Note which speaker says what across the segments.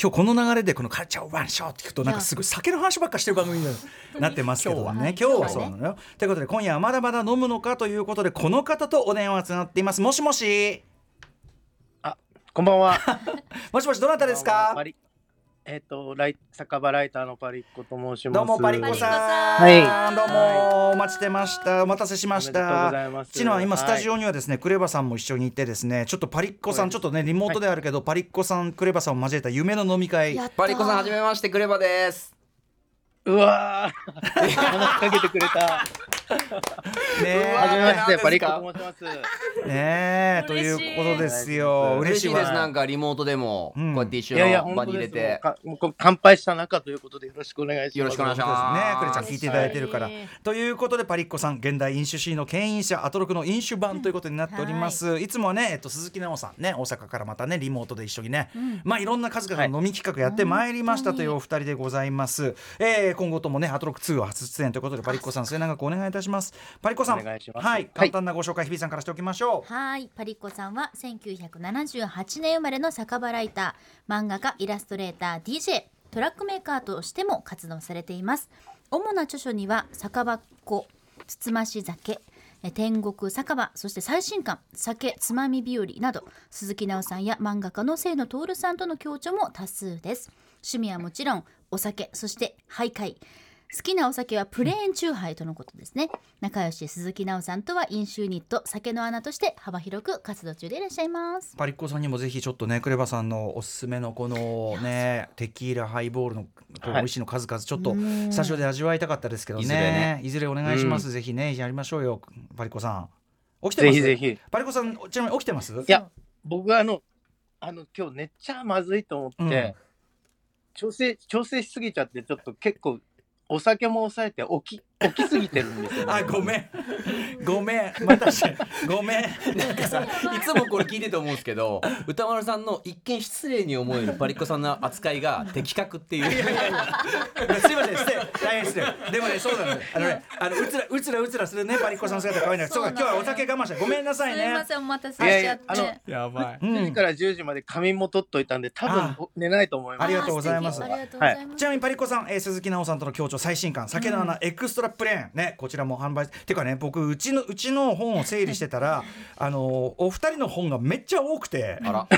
Speaker 1: 今日この流れでこのカルチャーワンショーって聞くとなんかすごい酒の話ばっかしてる番 組になってますけどね今
Speaker 2: 今
Speaker 1: 日
Speaker 2: 日
Speaker 1: は
Speaker 2: は
Speaker 1: そうなのよ。ということで今夜はまだまだ飲むのかということでこの方とお電話つながっています。もしもし
Speaker 3: こんばんは。
Speaker 1: もしもしどなたですか
Speaker 3: パリえっ、と、ライ、酒場ライターのパリッコと申します。
Speaker 1: どうもパリッコさん。
Speaker 3: パリッコ
Speaker 1: はい。どうもお待ちしてました。お待たせしまし
Speaker 3: おめでとうござ
Speaker 1: た。
Speaker 3: います
Speaker 1: ちのは今スタジ
Speaker 3: は
Speaker 1: オにはですね、クレバさんも一緒にいてですね、ちょっとパリッコさん
Speaker 3: はい
Speaker 1: ちょっとねリモートではあるけど、パリッコさんクレバさんを交えた夢の飲み会。
Speaker 2: やった
Speaker 4: パリコさんはじめましてクレバです
Speaker 3: い。うわー。話しかけてくれた。
Speaker 1: ね
Speaker 4: う
Speaker 3: は
Speaker 4: わ
Speaker 3: じめまして、
Speaker 4: あ
Speaker 3: パ
Speaker 4: れ
Speaker 3: リ
Speaker 4: な
Speaker 3: ッ
Speaker 4: ん
Speaker 3: コと申します。
Speaker 1: ねえという
Speaker 2: 嬉しい
Speaker 1: ことですよ。
Speaker 3: 嬉
Speaker 4: 嬉しいです
Speaker 1: わ
Speaker 4: なんかリモートでもこ
Speaker 1: う
Speaker 4: うんやって一緒
Speaker 3: いやいや、
Speaker 4: の
Speaker 3: 本
Speaker 4: 場
Speaker 3: 当
Speaker 4: に
Speaker 3: で
Speaker 4: 入
Speaker 3: す
Speaker 4: れて
Speaker 3: かもうこ乾杯した中ということで、よろしくお願いします。
Speaker 4: よろしくお願いし
Speaker 1: ね
Speaker 4: ます
Speaker 1: クレちゃん聞いていただいてるから
Speaker 2: 嬉しい。
Speaker 1: ということでパリッコさん現代飲酒シーンの牽引者アトロクの飲酒版ということになっております。い、つもはね、えっと、鈴木奈緒さんね大阪からまたねリモートで一緒にね、まあいろんな数々の飲み企画やってまいりましたというお二人でございます。えー今後ともねアトロク2は初出演ということでパリッコさん末永くお願いいたします。パリッコさん
Speaker 3: お願いします
Speaker 1: は
Speaker 3: はいい
Speaker 1: 簡単なご紹介日比さんからしておきましょう。
Speaker 2: はいパリッコさんは1978年生まれの酒場ライター漫画家イラストレーター DJ トラックメーカーとしても活動されています主な著書には「酒場っ子」「つつまし酒」え天国酒場そして最新刊「酒つまみ日和」など鈴木奈緒さんや漫画家の清野徹さんとの共著も多数です趣味はもちろんお酒そして徘徊好きなお酒はプレーンチューハイとのことですね仲良し鈴木奈緒さんとは飲酒ユニット酒の穴として幅広く活動中でいらっしゃいます
Speaker 1: パリッコさんにもぜひちょっとねクレバさんのおすすめのこのねテキーラハイボールのこう
Speaker 3: は
Speaker 1: 美
Speaker 3: い
Speaker 1: 味しいの数々ちょっとスタジオで味わいたかったですけどねい
Speaker 4: い
Speaker 1: ず
Speaker 4: ず
Speaker 1: れ
Speaker 4: れね
Speaker 1: お願いします、ぜひねやりましょうよパリッコさん起きてます
Speaker 3: ぜひぜひ。い
Speaker 1: パリッコさんちなみに起きてますい
Speaker 3: や、僕はあの、あの、今日寝ちゃまずいと思って、
Speaker 1: うん
Speaker 3: 調整、調整しすぎちゃって、ちょっと結構、お酒も抑えて起き、起きすぎてるんですよ、ね。
Speaker 1: あごめんごめんまたしごめん
Speaker 4: なんかさいつもこれ聞いてて思うんですけど歌丸さんの一見失礼に思えるパリコさんの扱いが的確っていう
Speaker 1: すいません失礼大変失礼でもねそうなのねあのねあのうつらうつらうつらするねパリッコさんの姿可愛いなそうか今日はお酒我慢してごめんなさいね
Speaker 2: せんお待た
Speaker 3: いやいやあの
Speaker 4: やばい
Speaker 1: うん
Speaker 3: 9時から10時まで仮眠も取っといたんで、多
Speaker 1: あ
Speaker 3: 分お寝ないと思い
Speaker 1: あ
Speaker 3: ます
Speaker 1: り。がとうございます
Speaker 2: あー素敵ありがとうございます、
Speaker 1: ちなみにパリコさん、えー鈴木奈緒さんとの協調最新刊「酒の穴エクストラプレーン」ねこちらも販売てかね僕うちのうちの本を整理してた らあのお二人の本がめっちゃ多くて
Speaker 4: あら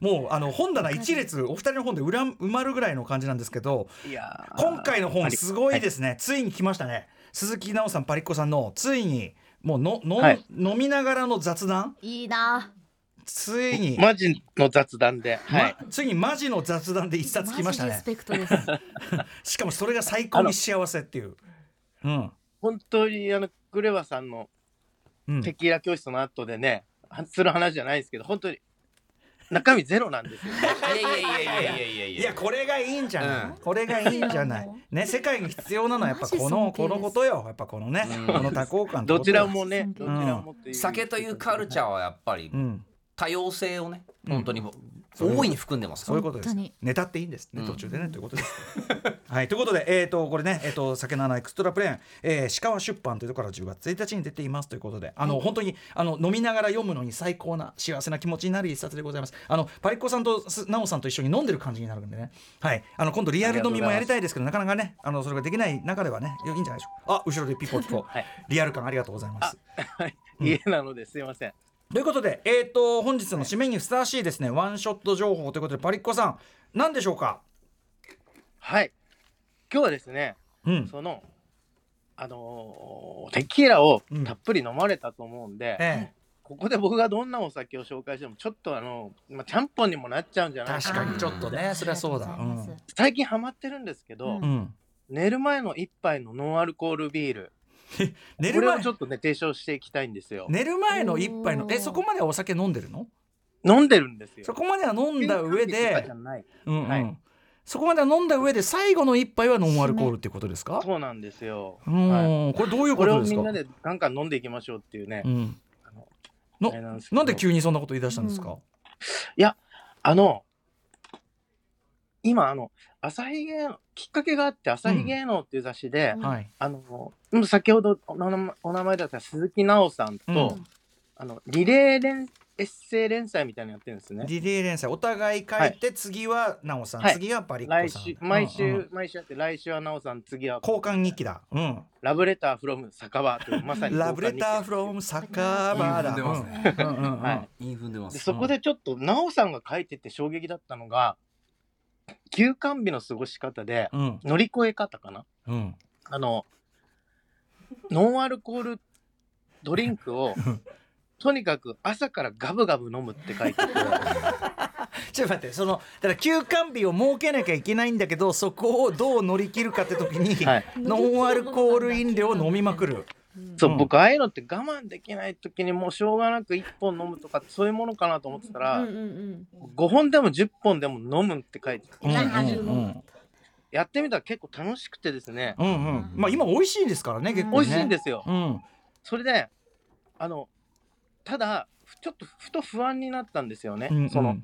Speaker 1: もうあの本棚一列お二人の本でうらん埋まるぐらいの感じなんですけど
Speaker 3: いやー
Speaker 1: 今回の本すごいですね、ついに来ましたね鈴木奈緒さんパリコさんのついにもうのの、
Speaker 3: はい
Speaker 1: 飲みながらの雑談
Speaker 2: いいな
Speaker 1: ついに、
Speaker 3: マジの雑談で、はい。
Speaker 1: まついにマジの雑談で一冊来ました
Speaker 2: マ ジリ
Speaker 1: ね
Speaker 2: スペクトです
Speaker 1: しかもそれが最高に幸せっていう。うん
Speaker 3: 本当にあのグレバさんの
Speaker 1: うん、
Speaker 3: テキーラ教室の後でね、はする話じゃないですけど、本当に中身ゼロなんですよ、ね。
Speaker 4: いやいやいやいやいやいやい
Speaker 1: いやこれがいいんじゃない、
Speaker 4: うん
Speaker 1: これがいいんじゃないね世界に必要なのはやっぱこの
Speaker 2: マジ尊敬
Speaker 1: こ
Speaker 2: です
Speaker 1: のことよやっぱこのね、
Speaker 4: うん
Speaker 1: この多幸感って
Speaker 3: ど
Speaker 1: こと
Speaker 3: ちらもね、
Speaker 2: うん
Speaker 3: どちらもっていう。
Speaker 4: 酒というカルチャーはやっぱり
Speaker 1: うん
Speaker 4: 多様性をね
Speaker 1: うん
Speaker 4: 本当に大いに含んでますか
Speaker 1: そう
Speaker 4: ら
Speaker 1: いうことです
Speaker 2: 本当に
Speaker 1: ネタっていいんですね
Speaker 4: うん
Speaker 1: 途中でね、ということです はいということでえっ、とこれねえっ、と酒の穴エクストラプレーン、えー、鹿は出版というところから10月1日に出ていますということであの、本当にあの飲みながら読むのに最高な幸せな気持ちになる一冊でございますあのパリッコさんとすナオさんと一緒に飲んでる感じになるんでねはいあの今度リアル飲みもやりたいですけどなかなかねあのそれができない中ではねいいんじゃないでしょうかあ後ろでピポピポ、
Speaker 3: はい
Speaker 1: リアル感ありがとうございます
Speaker 3: はい家なのですいません。
Speaker 1: ということで、えー、と本日の締めにふさわしいですね、ワンショット情報ということでパリッコさん何でしょうか、
Speaker 3: はい。今日はですね、
Speaker 1: うん
Speaker 3: その、あのーテキーラをたっぷり飲まれたと思うんで、
Speaker 1: え
Speaker 3: ここで僕がどんなお酒を紹介しても、ちょっとあの、まあ、ちゃんぽんにもなっちゃうんじゃ
Speaker 1: え、
Speaker 3: ない
Speaker 1: 確かにちょっとねそれはそうだ。
Speaker 2: あ
Speaker 1: う
Speaker 2: りがとございま
Speaker 1: ん
Speaker 2: す
Speaker 3: 最近ハマってるんですけど、
Speaker 2: うん
Speaker 1: うん、
Speaker 3: 寝る前の一杯のノンアルコールビール
Speaker 1: 寝る
Speaker 3: これを
Speaker 1: 前
Speaker 3: ちょっとね提唱していきたいんですよ、
Speaker 1: 寝る前の一杯の
Speaker 2: おー
Speaker 1: えそこまではお酒飲んでるの
Speaker 3: 飲んでるんですよ
Speaker 1: そこまでは飲んだ上
Speaker 3: 健康管理とか
Speaker 1: で
Speaker 3: じゃ、ない
Speaker 1: うんうん
Speaker 3: はい
Speaker 1: そこまでは飲んだ上で最後の一杯はノンアルコールっていうことですか
Speaker 3: そうなんですよ、
Speaker 1: う
Speaker 3: は
Speaker 1: ん、これどうい
Speaker 3: い、
Speaker 1: う
Speaker 3: こ
Speaker 1: こ
Speaker 3: れ
Speaker 1: と
Speaker 3: を
Speaker 1: ですか
Speaker 3: みんなでガンガン飲んでいきましょうっていうね
Speaker 1: う、ん、
Speaker 3: あれなんですけど
Speaker 1: なんで急にそんなこと言い出したんですか、
Speaker 3: あの今あの朝日芸能きっかけがあって朝日芸能っていう雑誌で、
Speaker 2: うん
Speaker 1: はい、
Speaker 3: あのうん先ほどお名前お名前だった鈴木奈緒さんと、
Speaker 1: うん
Speaker 3: あのリレー連エッセイ連載みたいなのやってるんですね。
Speaker 1: リレー連載お互い書いて次は奈緒さん、
Speaker 3: はい
Speaker 1: 次はパリッコ
Speaker 3: 来
Speaker 1: さん
Speaker 3: 週、毎週、
Speaker 1: うんうん
Speaker 3: 毎週やって、来週はなおさん、次は
Speaker 1: 交換日記だ、うん、
Speaker 3: ラブレターフロム酒場という、まさに
Speaker 1: ラブレターフロム酒場だ
Speaker 4: うん出ます
Speaker 2: ね
Speaker 1: うんうんうんうん
Speaker 3: はい
Speaker 4: いい踏んでま。
Speaker 3: ですそこでちょっと、なおさんが書いてて衝撃だったのが、休館日の過ごし方で、
Speaker 1: うん
Speaker 3: 乗り越え方かな。
Speaker 1: うん
Speaker 3: あの、ノンアルコールドリン クを、とにかく朝からガブガブ飲むって書いてて、
Speaker 1: ちょっと待ってそのだから休館日を設けなきゃいけないんだけどそこをどう乗り切るかって時 に、
Speaker 3: はい、
Speaker 1: ノンアルコール飲料を飲みまくる
Speaker 3: そう、
Speaker 1: うん
Speaker 3: 僕、ああいうのって我慢できない時にもうしょうがなく1本飲むとか、そういうものかなと思ってたら、5本でも10本でも飲むって書いてて、
Speaker 1: うんうんうん
Speaker 3: やってみたら結構楽しくてですね、
Speaker 1: うんうんまあ今美味しいですからね結構ね
Speaker 3: 美味しいんですよ。
Speaker 1: うん
Speaker 3: それで、あの、ただ、ふちょっとふと不安になったんですよね。
Speaker 1: うん
Speaker 3: その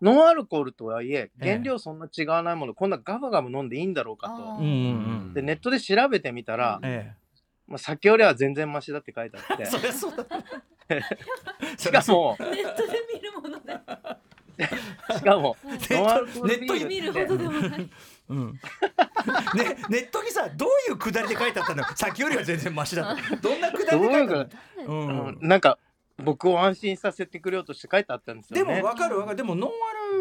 Speaker 3: ノンアルコールとはいえ、原料そんな違わないもの、こんなガバガバ飲んでいいんだろうか
Speaker 2: あ
Speaker 1: うん
Speaker 2: ー
Speaker 1: うん
Speaker 3: と。
Speaker 1: うん
Speaker 3: で、ネットで調べてみたら、
Speaker 1: え
Speaker 3: まあ、酒よりは全然マシだって書いてあっ
Speaker 1: え
Speaker 3: て、
Speaker 1: そりゃそうだ
Speaker 3: しかも、
Speaker 5: ネットで見るもので
Speaker 3: しか も、
Speaker 1: ネ
Speaker 3: ノンアル
Speaker 1: ッ
Speaker 3: コ
Speaker 1: ト
Speaker 3: ー
Speaker 1: ネ
Speaker 3: ル
Speaker 1: ットに
Speaker 5: 見
Speaker 3: ビ
Speaker 5: る
Speaker 3: ール
Speaker 5: ほ
Speaker 3: って
Speaker 5: どでもない。
Speaker 1: うん、ねネットにさどういうくだりで書いてあったのよ先よりは全然マシだったどんなくだ
Speaker 3: ど
Speaker 1: り
Speaker 3: う
Speaker 1: で書
Speaker 3: い
Speaker 1: いうてあっ
Speaker 3: か
Speaker 1: た、の、う
Speaker 3: うん
Speaker 1: ん、
Speaker 3: なんか、僕を安心させてくれようとして書いてあったんです
Speaker 1: で
Speaker 3: よ
Speaker 1: も
Speaker 3: ね。
Speaker 1: わかるわかるでもノン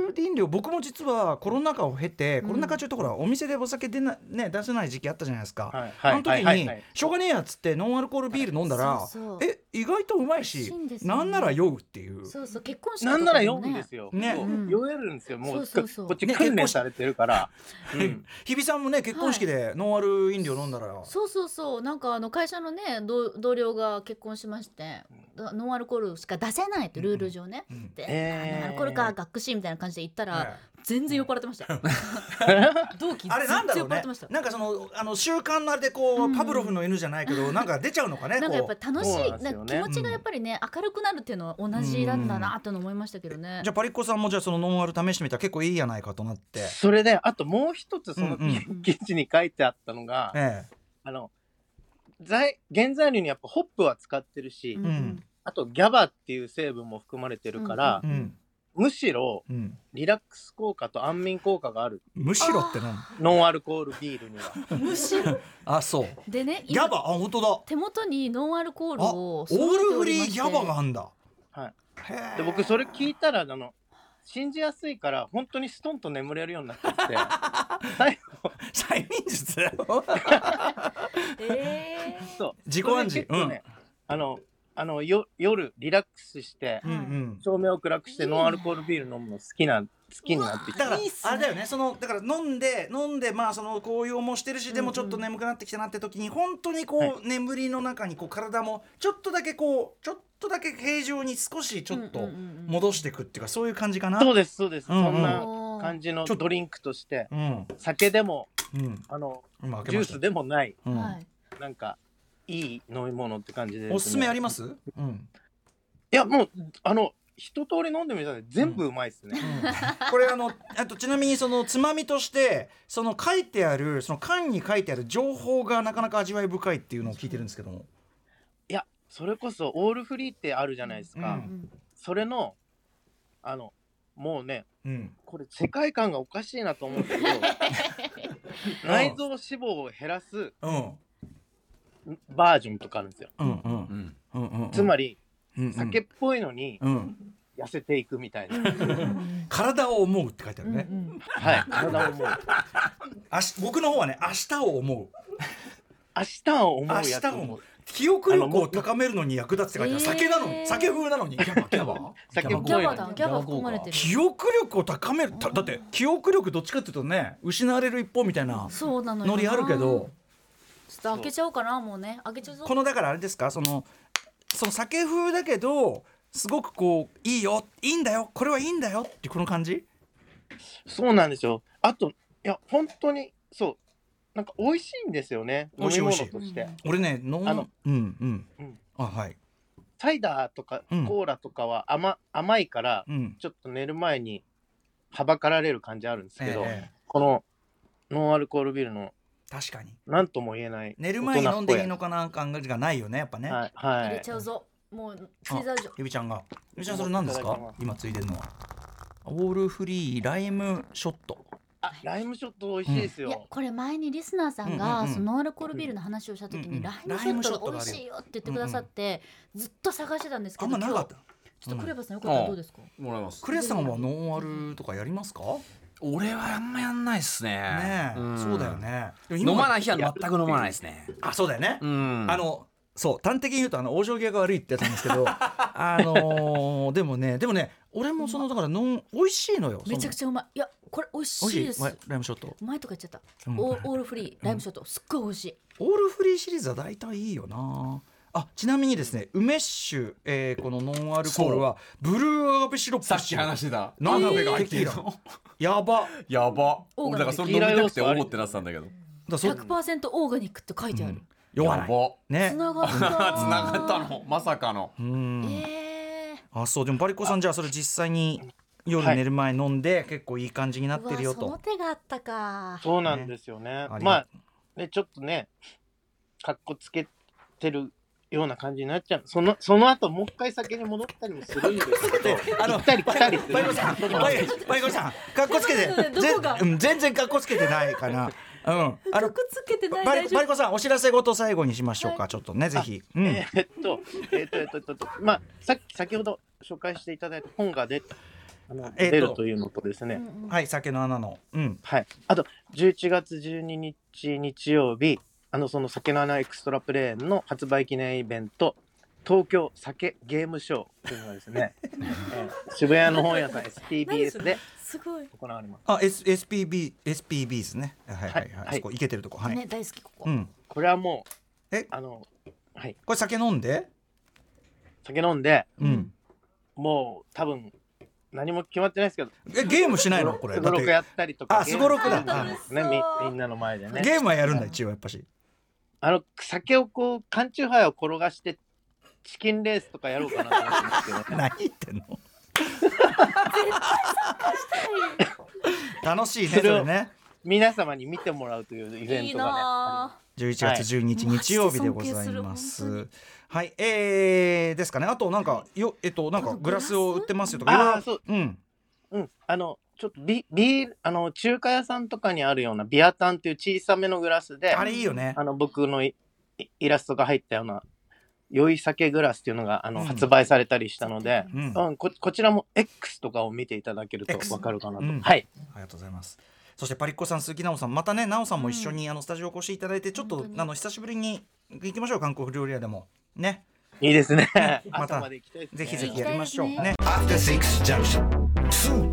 Speaker 1: アル飲料僕も実はコロナ禍を経て、
Speaker 2: うん
Speaker 1: コロナ禍中ところはお店でお酒出な、ね、出せない時期あったじゃないですか、
Speaker 3: はい、
Speaker 1: あ
Speaker 3: は
Speaker 1: の
Speaker 3: い、
Speaker 1: 時
Speaker 3: はい
Speaker 1: に、
Speaker 3: はいはい。
Speaker 1: しょうがねえやっつってノンアルコールビール飲んだら
Speaker 2: そうそう
Speaker 1: え意外とうまい
Speaker 2: 美味
Speaker 1: し
Speaker 2: しいんですよね
Speaker 1: なんなら酔うっていう
Speaker 2: そうそう結婚式と
Speaker 3: な
Speaker 2: か
Speaker 3: ん
Speaker 2: で
Speaker 3: なら
Speaker 2: も
Speaker 3: 読
Speaker 2: ね
Speaker 3: むんですよ。
Speaker 1: ね
Speaker 2: うん
Speaker 3: 酔えるんですよ。もう
Speaker 2: そうそうそう
Speaker 3: こっち
Speaker 1: ね
Speaker 3: 訓練されてるから。う
Speaker 1: うん
Speaker 3: ん
Speaker 1: 日比さんもね結婚式でノンアル飲料飲んだら、
Speaker 2: そうそうそうなんかあの会社のね同同僚が結婚しましてだノンアルコールしか出せないってルール上ね、
Speaker 1: うん
Speaker 2: で、
Speaker 3: えー
Speaker 2: あノンアルコールか学士みたいな感じで行ったら、
Speaker 1: はい
Speaker 2: 全然酔っ払ってましたよ 同 期
Speaker 1: あれなん
Speaker 2: 全
Speaker 1: だろう
Speaker 2: 然酔っ払
Speaker 1: ね
Speaker 2: ってました。
Speaker 1: なんかそのあの習慣のあれでこう、
Speaker 2: うん
Speaker 1: パブロフの犬じゃないけどなんか出ちゃうのかね。
Speaker 2: なんかやっぱ
Speaker 1: こ
Speaker 2: 楽しい
Speaker 3: そうな
Speaker 2: なん
Speaker 3: ですよ
Speaker 2: ん
Speaker 3: ね
Speaker 2: か気持ちがやっぱりね、明るくなるっていうのは同じだったなと思いましたけど
Speaker 1: う
Speaker 2: ね
Speaker 1: じゃあ。パリッコさんもじゃあそのノンアル試してみたら結構いいやないかとなって。
Speaker 3: それで、あともう一つその
Speaker 1: うんう
Speaker 3: 記事に書いてあったのが、
Speaker 1: え
Speaker 3: あの、在原材料にやっぱホップは使ってるし、
Speaker 2: うん
Speaker 1: うん
Speaker 3: あとギャバっていう成分も含まれてるから
Speaker 1: え、うん
Speaker 3: むしろ
Speaker 1: うん。
Speaker 3: リラックス効果と安眠効果がある。
Speaker 1: むしろってなん
Speaker 3: ノンアルコールビールには。
Speaker 2: むしろ
Speaker 1: あそう。
Speaker 2: でね
Speaker 1: ギ
Speaker 2: 今
Speaker 1: ャバあ本当だ。
Speaker 2: 手元にノンアルコール
Speaker 1: あ
Speaker 2: を
Speaker 1: オ
Speaker 2: 揃
Speaker 1: ー
Speaker 2: えて
Speaker 1: ル
Speaker 2: お
Speaker 1: フ
Speaker 2: り
Speaker 1: リ
Speaker 2: ま
Speaker 1: ー
Speaker 2: して
Speaker 1: ギャバがあんだ。
Speaker 3: はい
Speaker 1: へー
Speaker 3: で、僕それ聞いたら、あの、信じやすいから、本当にストンと眠れるように なってきて、最後、
Speaker 1: 催眠術。
Speaker 2: え
Speaker 3: そう。
Speaker 1: 自己暗示
Speaker 3: それ結構ねあの、あの、よ、夜、リラックスして
Speaker 2: ー、
Speaker 1: うんうん。
Speaker 3: 照明を暗くしてノンアルコールビール飲むの好きな、好きになってき
Speaker 1: だ
Speaker 3: た。
Speaker 1: から
Speaker 2: いいっすね
Speaker 1: あれだよねそのだから飲んで飲んでまあその紅葉もしてるしでもちょっと眠くなってきたなって時に本当にこう、
Speaker 3: はい
Speaker 1: 眠りの中にこう体もちょっとだけこうちょっとだけ平常に少しちょっと戻していくっていうかそういう感じかな。
Speaker 3: そうです、そうです。
Speaker 1: うんうん
Speaker 3: そんな
Speaker 2: 感
Speaker 3: 感じの
Speaker 1: ちょっと
Speaker 3: ドリンクとして、
Speaker 1: うん
Speaker 3: 酒でも、
Speaker 1: うん
Speaker 3: あの、
Speaker 1: 今開け
Speaker 3: ジュ
Speaker 1: ま
Speaker 3: ー
Speaker 1: した
Speaker 3: ス。でもない、
Speaker 1: うん
Speaker 2: はい。
Speaker 3: なんか、いい飲み物って感じで
Speaker 1: おすすめあります
Speaker 3: ね
Speaker 1: す？うん。
Speaker 3: いや、もう、あの、一通り飲んでみたら全部うまいですね。
Speaker 1: これあのあとちなみにそのつまみとしてその書いてあるその缶に書いてある情報がなかなか味わい深いっていうのを聞いてるんですけども。
Speaker 3: いや、それこそ、オールフリーってあるじゃないですか。
Speaker 1: う
Speaker 2: うん
Speaker 3: それの、あの、もうね、
Speaker 1: うん。
Speaker 3: これ世界観がおかしいなと思うんですけ ど内臓脂肪を減らす
Speaker 1: うん。
Speaker 3: バージョンとかあるんですよ
Speaker 1: うんうん
Speaker 4: う。ん
Speaker 1: うんうん。
Speaker 3: つまり
Speaker 1: うんうん
Speaker 3: 酒っぽいのに
Speaker 1: うん、
Speaker 3: 痩せていくみたいな、
Speaker 1: 体を思うって書いてあるね、
Speaker 3: はい体をもう
Speaker 1: あし僕の方はね明日を思う
Speaker 3: 明日を思う
Speaker 1: 明
Speaker 3: やつ
Speaker 1: 日を思う記憶力を高めるのに役立つって書いてある、
Speaker 2: あの
Speaker 1: 酒なのに、
Speaker 2: えー
Speaker 1: 酒風なのに
Speaker 4: ギャバギャバ
Speaker 3: 酒っ
Speaker 2: ギャ
Speaker 3: ぽい
Speaker 2: バ
Speaker 3: の
Speaker 2: だ
Speaker 3: に
Speaker 2: ギャバ含まれてる。
Speaker 1: 記憶力を高めるただって記憶力どっちかっていうとね失われる一方みたいな
Speaker 2: そうなのよな。
Speaker 1: ノリあるけど
Speaker 2: ちょっと開けちゃおうかなもうね開けちゃうぞ。
Speaker 1: このだからあれですかそのその酒風だけどすごくこういいよいいんだよこれはいいんだよってこの感じ
Speaker 3: そうなんですよあといや本当にそうなんか美味しいんですよね
Speaker 1: 美
Speaker 3: 飲
Speaker 1: 味しい美
Speaker 3: み物
Speaker 1: 味しい
Speaker 3: として
Speaker 1: 俺ねノン
Speaker 3: あの
Speaker 1: うんうん、
Speaker 3: うん
Speaker 1: あはい
Speaker 3: サイダーとか
Speaker 1: うん
Speaker 3: コーラとかは甘,、甘いから
Speaker 1: うん
Speaker 3: ちょっと寝る前にはばかられる感じあるんですけど、
Speaker 1: ええ
Speaker 3: このノンアルコールビールの
Speaker 1: 確かに
Speaker 3: なんとも言えない
Speaker 1: 寝る前に飲んでいい
Speaker 3: の
Speaker 1: のかな感がないよねやっぱね、
Speaker 3: はい、
Speaker 2: 入
Speaker 3: は
Speaker 2: れ
Speaker 3: い
Speaker 2: ち、ゃうぞ。もう製造所
Speaker 1: ゆびちゃんがゆびちゃんそれ何ですか今ついでるのはウォールフリーライムショット
Speaker 3: あライムショット美味しいです
Speaker 2: いや
Speaker 3: よ、
Speaker 2: これ前にリスナーさん
Speaker 1: う
Speaker 2: が、
Speaker 1: んうんうん
Speaker 2: そのノンアルコールビールの話をした時に、
Speaker 1: うんうん
Speaker 2: ライムショットが美味しいよって言ってくださって、ずっと探してたんですけ
Speaker 1: あ
Speaker 2: ど
Speaker 1: んまなかった
Speaker 2: 今日ちょっとクレバさんよかったらどうですか、
Speaker 4: もらいます
Speaker 1: クレさんはノンアルとかやりますか
Speaker 4: 俺はあんまやんないっすね
Speaker 1: ねえ
Speaker 4: ん
Speaker 1: そうだよね
Speaker 4: 飲ま
Speaker 1: い
Speaker 4: ない日は全く飲まないですね
Speaker 1: あそうだよね
Speaker 4: うん
Speaker 1: あのそう端的に言うとあの往生際が悪いってやつなんです けどあのーでもねでもね俺もそのだからノン美味しいのよ
Speaker 2: めちゃく
Speaker 1: ゃ
Speaker 2: ちゃうまいいやこれ美味しいです
Speaker 1: ライライムショット
Speaker 2: うまいとか言っちゃった、
Speaker 1: うん
Speaker 2: オーオールフリーライムショット、すっごい美味しい
Speaker 1: オールフリーシリーズは大体いいよなあちなみにですね梅酒、えーこのノンアルコールはブルーアガベシロップ
Speaker 6: さっき話してた
Speaker 1: なんだ
Speaker 6: アガベが入ってる
Speaker 1: テキー
Speaker 6: の
Speaker 1: やば
Speaker 6: やば
Speaker 2: オー
Speaker 6: 俺だ
Speaker 2: ガニック
Speaker 6: からそれ飲みたくて思ってなってたんだけど
Speaker 1: だそう
Speaker 2: 100%オーガニックって書いてある、
Speaker 1: 酔わ
Speaker 6: や
Speaker 1: ない
Speaker 6: ば
Speaker 1: ね
Speaker 2: つながった つな
Speaker 6: つながったのまさかの
Speaker 1: うん
Speaker 2: えー
Speaker 1: あそうでもバリコさんじゃあそれ実際に夜
Speaker 3: はい
Speaker 1: 寝る前飲んで結構いい感じになってるよ
Speaker 2: う
Speaker 1: と、
Speaker 2: わその手があったか
Speaker 3: そうなんですよね
Speaker 1: ありが
Speaker 3: まあねちょっとねかっこつけてるような感じになっちゃうそのその後もう一回酒に戻ったりもするんですけど
Speaker 1: あの
Speaker 3: 行ったり来たりする
Speaker 1: バリコさんバリバリコさんかっこつけて
Speaker 2: どこがどこが
Speaker 1: ぜんうん全然かっこつけてないかなうんあの
Speaker 2: くっつけてない
Speaker 1: バ
Speaker 2: 大
Speaker 1: リ
Speaker 2: 丈
Speaker 1: バ
Speaker 2: 夫
Speaker 1: リコさんお知らせごと最後にしましょうか、ちょっとねぜひ、うん
Speaker 3: えーっと、えーっと、えーっとえーっと、えーっと、まあ、さっき、先ほど紹介していただいた本が出、あの、
Speaker 1: えーっと
Speaker 3: 出るというのとですね、
Speaker 2: うんうん
Speaker 1: はい酒の穴のうん
Speaker 3: はい。あと、11月12日日曜日、あの、その酒の穴エクストラプレーンの発売記念イベント、東京酒ゲームショーというのがで すね、えー渋谷の本屋さん STBS で
Speaker 2: すごい、
Speaker 3: 行われます。
Speaker 1: あ、S、SPB、SPB ですね。はいはいはい。
Speaker 3: はい
Speaker 1: そこ、いけてるとこ。はい。
Speaker 2: ね大好きここ、
Speaker 1: うん。
Speaker 3: これはもう、
Speaker 1: え
Speaker 3: あの、はい。
Speaker 1: これ酒飲んで。
Speaker 3: 酒飲んで、
Speaker 1: うん。
Speaker 3: もう多分、何も決まってないですけど、
Speaker 1: え、ゲームしないのこれ。
Speaker 3: す
Speaker 1: だ
Speaker 3: ご
Speaker 1: っ
Speaker 3: ろ
Speaker 1: て
Speaker 3: くやったりとか。
Speaker 1: あすごろくだ
Speaker 3: ゲームしたりとかね、みみんなの前でね。
Speaker 1: ゲームはやるんだ、一応、やっぱし。、
Speaker 3: あの酒をこう缶チューハイを転がしてチキンレースとかやろうかなと思ってますけど、ね
Speaker 1: 何言ってんの楽しいね、そ
Speaker 3: それを
Speaker 1: れね。
Speaker 3: 皆様に見てもらうというイベ
Speaker 2: い
Speaker 3: ン
Speaker 2: い
Speaker 3: トがね
Speaker 2: な
Speaker 1: 11月12日、
Speaker 2: はい
Speaker 1: 日曜日でございます。
Speaker 2: マジで尊敬する
Speaker 1: はい、えー、ですかね。あと、なんか、よ、えっと、なんか、グラスを売ってますよとか。
Speaker 3: あ
Speaker 1: いろいろ
Speaker 3: そう
Speaker 1: うん。
Speaker 3: うんあのちょっとビビールあの中華屋さんとかにあるようなビアタンという小さめのグラスで
Speaker 1: あれいいよね
Speaker 3: あ。の僕のイイイラストが入ったような酔い酒グラスっていうのがあの、
Speaker 1: うん
Speaker 3: 発売されたりしたので、
Speaker 1: うん。
Speaker 3: うん、ここちらも X とかを見ていただけると
Speaker 1: X
Speaker 3: わかるかなと、
Speaker 1: うん
Speaker 3: はい
Speaker 1: ありがとうございます。そしてパリッコさん、鈴木奈緒さん、またね、奈緒さんも一緒に、あのスタジオお越しいただいて、ちょっと
Speaker 2: 本当に
Speaker 1: あの久しぶりに行きましょう、韓国料理屋でも。ね、
Speaker 3: いいですね
Speaker 1: また
Speaker 3: 朝まで行きたいですね
Speaker 1: ぜひぜ
Speaker 2: 行
Speaker 1: ひ
Speaker 2: き
Speaker 1: や
Speaker 2: たい
Speaker 1: りましょう。
Speaker 2: ですね
Speaker 1: ね、
Speaker 6: After Six Junction 2